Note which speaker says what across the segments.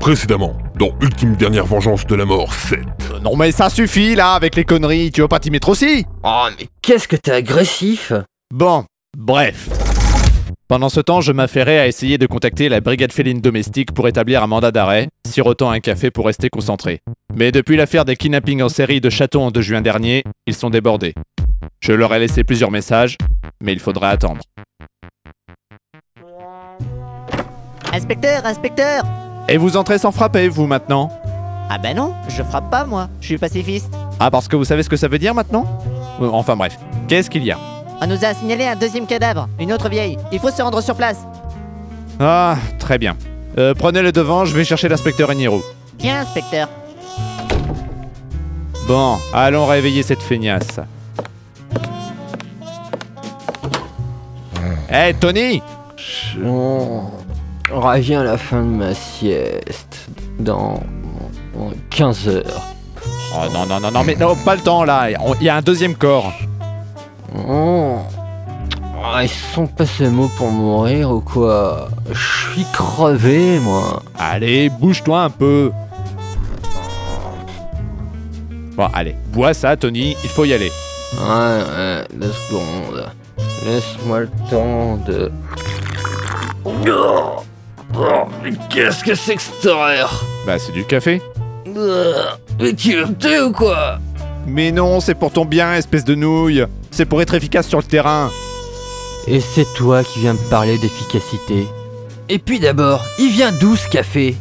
Speaker 1: précédemment, dans Ultime Dernière Vengeance de la Mort 7.
Speaker 2: Euh, Non mais ça suffit là avec les conneries, tu veux pas t'y mettre aussi
Speaker 3: Oh, mais qu'est-ce que t'es agressif
Speaker 2: Bon, bref. Pendant ce temps, je m'affairais à essayer de contacter la brigade féline domestique pour établir un mandat d'arrêt, sirotant un café pour rester concentré. Mais depuis l'affaire des kidnappings en série de chatons en 2 juin dernier, ils sont débordés. Je leur ai laissé plusieurs messages, mais il faudra attendre.
Speaker 4: Inspecteur, inspecteur
Speaker 2: Et vous entrez sans frapper, vous maintenant
Speaker 4: Ah ben non, je frappe pas moi, je suis pacifiste.
Speaker 2: Ah, parce que vous savez ce que ça veut dire maintenant Euh, Enfin bref, qu'est-ce qu'il y a
Speaker 4: On nous a signalé un deuxième cadavre, une autre vieille. Il faut se rendre sur place.
Speaker 2: Ah, très bien. Euh, prenez le devant, je vais chercher l'inspecteur Eniro.
Speaker 4: Bien, inspecteur.
Speaker 2: Bon, allons réveiller cette feignasse. Hé Eh, Tony
Speaker 3: On revient à la fin de ma sieste. Dans 15 heures.
Speaker 2: Oh non, non, non, non, mais non, pas le temps là, On- il y a un deuxième corps.
Speaker 3: Oh. Ah, Ils sont pas ces mots pour mourir ou quoi Je suis crevé, moi.
Speaker 2: Allez, bouge-toi un peu. Bon, allez, bois ça Tony, il faut y aller.
Speaker 3: Ouais, ouais, deux secondes. Laisse-moi le temps de. Oh, oh, mais qu'est-ce que c'est que cette horreur
Speaker 2: Bah c'est du café.
Speaker 3: Oh, Mais tu veux me tuer ou quoi
Speaker 2: Mais non, c'est pour ton bien, espèce de nouille. C'est pour être efficace sur le terrain.
Speaker 3: Et c'est toi qui viens me parler d'efficacité. Et puis d'abord, il vient d'où ce café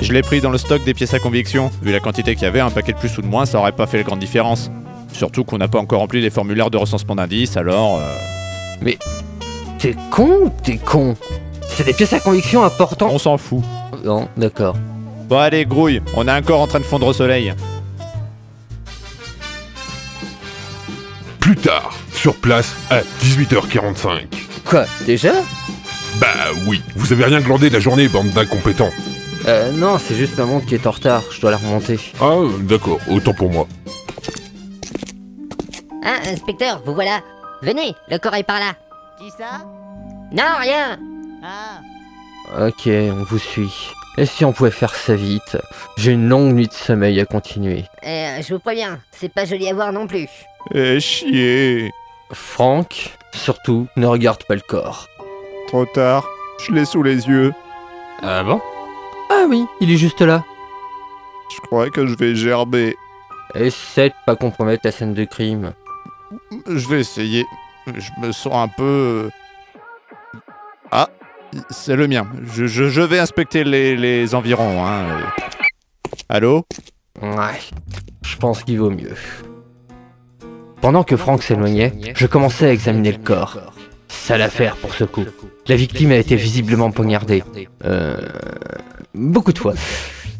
Speaker 2: Je l'ai pris dans le stock des pièces à conviction. Vu la quantité qu'il y avait, un paquet de plus ou de moins, ça aurait pas fait la grande différence. Surtout qu'on n'a pas encore rempli les formulaires de recensement d'indices, alors... euh,
Speaker 3: T'es con ou t'es con C'est des pièces à conviction importantes.
Speaker 2: on s'en fout.
Speaker 3: Oh, Non, d'accord.
Speaker 2: Bon allez, grouille, on a un corps en train de fondre au soleil.
Speaker 1: Plus tard, sur place, à 18h45.
Speaker 3: Quoi Déjà
Speaker 1: Bah oui, vous avez rien glandé de la journée, bande d'incompétents.
Speaker 3: Euh, non, c'est juste ma montre qui est en retard, je dois la remonter.
Speaker 1: Ah, d'accord, autant pour moi.
Speaker 5: Hein, inspecteur, vous voilà. Venez, le corps est par là.
Speaker 4: Qui ça
Speaker 5: Non, rien
Speaker 4: Ah,
Speaker 3: Ok, on vous suit. Et si on pouvait faire ça vite J'ai une longue nuit de sommeil à continuer.
Speaker 5: Euh, je vous préviens, c'est pas joli à voir non plus.
Speaker 2: Eh chier
Speaker 3: Franck, surtout, ne regarde pas le corps.
Speaker 2: Trop tard, je l'ai sous les yeux.
Speaker 3: Ah bon Ah oui, il est juste là.
Speaker 2: Je crois que je vais gerber.
Speaker 3: Essaie de pas compromettre la scène de crime.
Speaker 2: Je vais essayer. Je me sens un peu... euh, Ah, c'est le mien. Je, je- je vais inspecter les, les environs. Hein. Allô
Speaker 3: Ouais, je pense qu'il vaut mieux. Pendant que Franck s'éloignait, je commençais à examiner le corps. Sale affaire pour ce coup. La victime a été visiblement poignardée. Euh... Beaucoup de fois.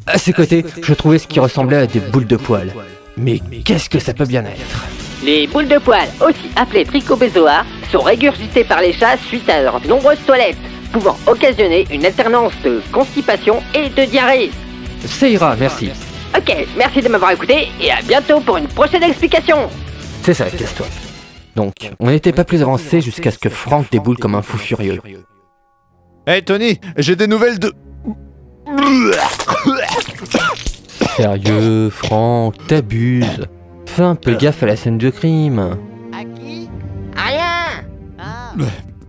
Speaker 3: À ses côtés, je trouvais ce qui ressemblait à des boules de poils. Mais qu'est-ce que ça peut bien être
Speaker 6: Les boules de poils, aussi appelées trichobezoa, sont régurgitées par les chats suite à leurs nombreuses toilettes, pouvant occasionner une alternance de constipation et de diarrhée.
Speaker 3: Ça ira, Ah, merci.
Speaker 6: Ok, merci de m'avoir écouté et à bientôt pour une prochaine explication.
Speaker 3: C'est ça, casse-toi. Donc, on n'était pas plus avancé jusqu'à ce que Franck déboule comme un fou furieux.
Speaker 2: Hé Eh, Tony, j'ai des nouvelles de...
Speaker 3: Sérieux, Franck, t'abuses. Fais un peu gaffe à la scène de crime.
Speaker 4: à qui
Speaker 5: Rien
Speaker 4: Ah,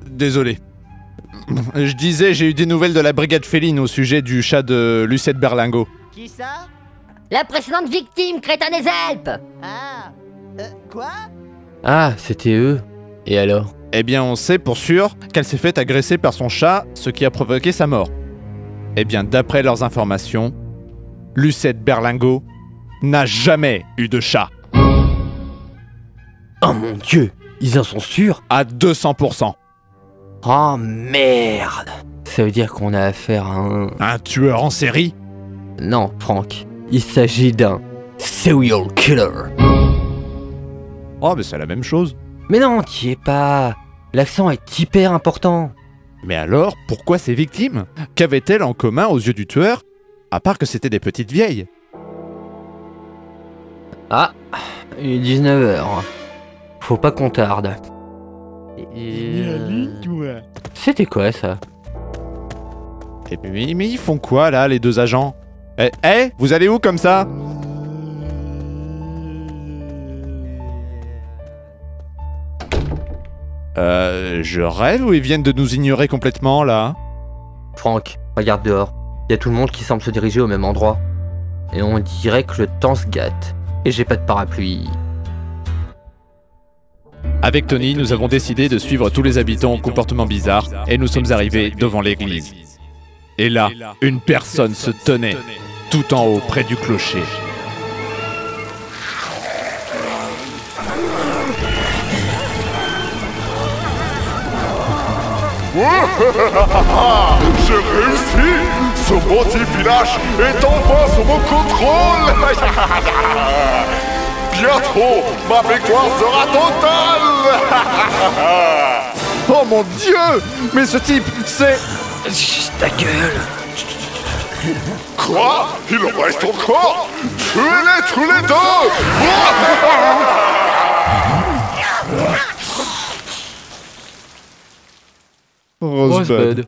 Speaker 2: Désolé. Je disais, j'ai eu des nouvelles de la brigade féline au sujet du chat de Lucette Berlingo.
Speaker 4: qui ça
Speaker 5: La précédente victime, crétin des Alpes
Speaker 4: Ah, euh, quoi
Speaker 3: Ah, c'était eux. Et alors
Speaker 2: Eh bien, on sait pour sûr qu'elle s'est faite agresser par son chat, ce qui a provoqué sa mort. Eh bien, d'après leurs informations, Lucette Berlingo n'a jamais eu de chat.
Speaker 3: Oh mon dieu, ils en sont sûrs
Speaker 2: À 200%.
Speaker 3: Oh merde Ça veut dire qu'on a affaire à un...
Speaker 2: Un tueur en série
Speaker 3: Non, Franck, il s'agit d'un serial killer.
Speaker 2: Oh, mais c'est la même chose.
Speaker 3: Mais non, t'y es pas. L'accent est hyper important.
Speaker 2: Mais alors, pourquoi ces victimes Qu'avaient-elles en commun aux yeux du tueur, à part que c'était des petites vieilles
Speaker 3: Ah, il est 19h. Faut pas qu'on tarde. C'était quoi ça
Speaker 2: Et puis, mais ils font quoi là, les deux agents Eh, eh, vous allez où comme ça Euh, je rêve ou ils viennent de nous ignorer complètement là
Speaker 3: Franck, regarde dehors. Il y a tout le monde qui semble se diriger au même endroit. Et on dirait que le temps se gâte. Et j'ai pas de parapluie.
Speaker 2: Avec Tony, nous avons décidé de suivre tous les habitants au comportement bizarre et nous sommes arrivés devant l'église. Et là, une personne se tenait tout en haut près du clocher.
Speaker 7: J'ai réussi Ce petit village est enfin sous mon contrôle Bientôt, ma victoire sera totale
Speaker 2: Oh mon dieu Mais ce type, c'est...
Speaker 7: Quoi Il en reste encore Tuez-les tous les deux
Speaker 3: Rosebud.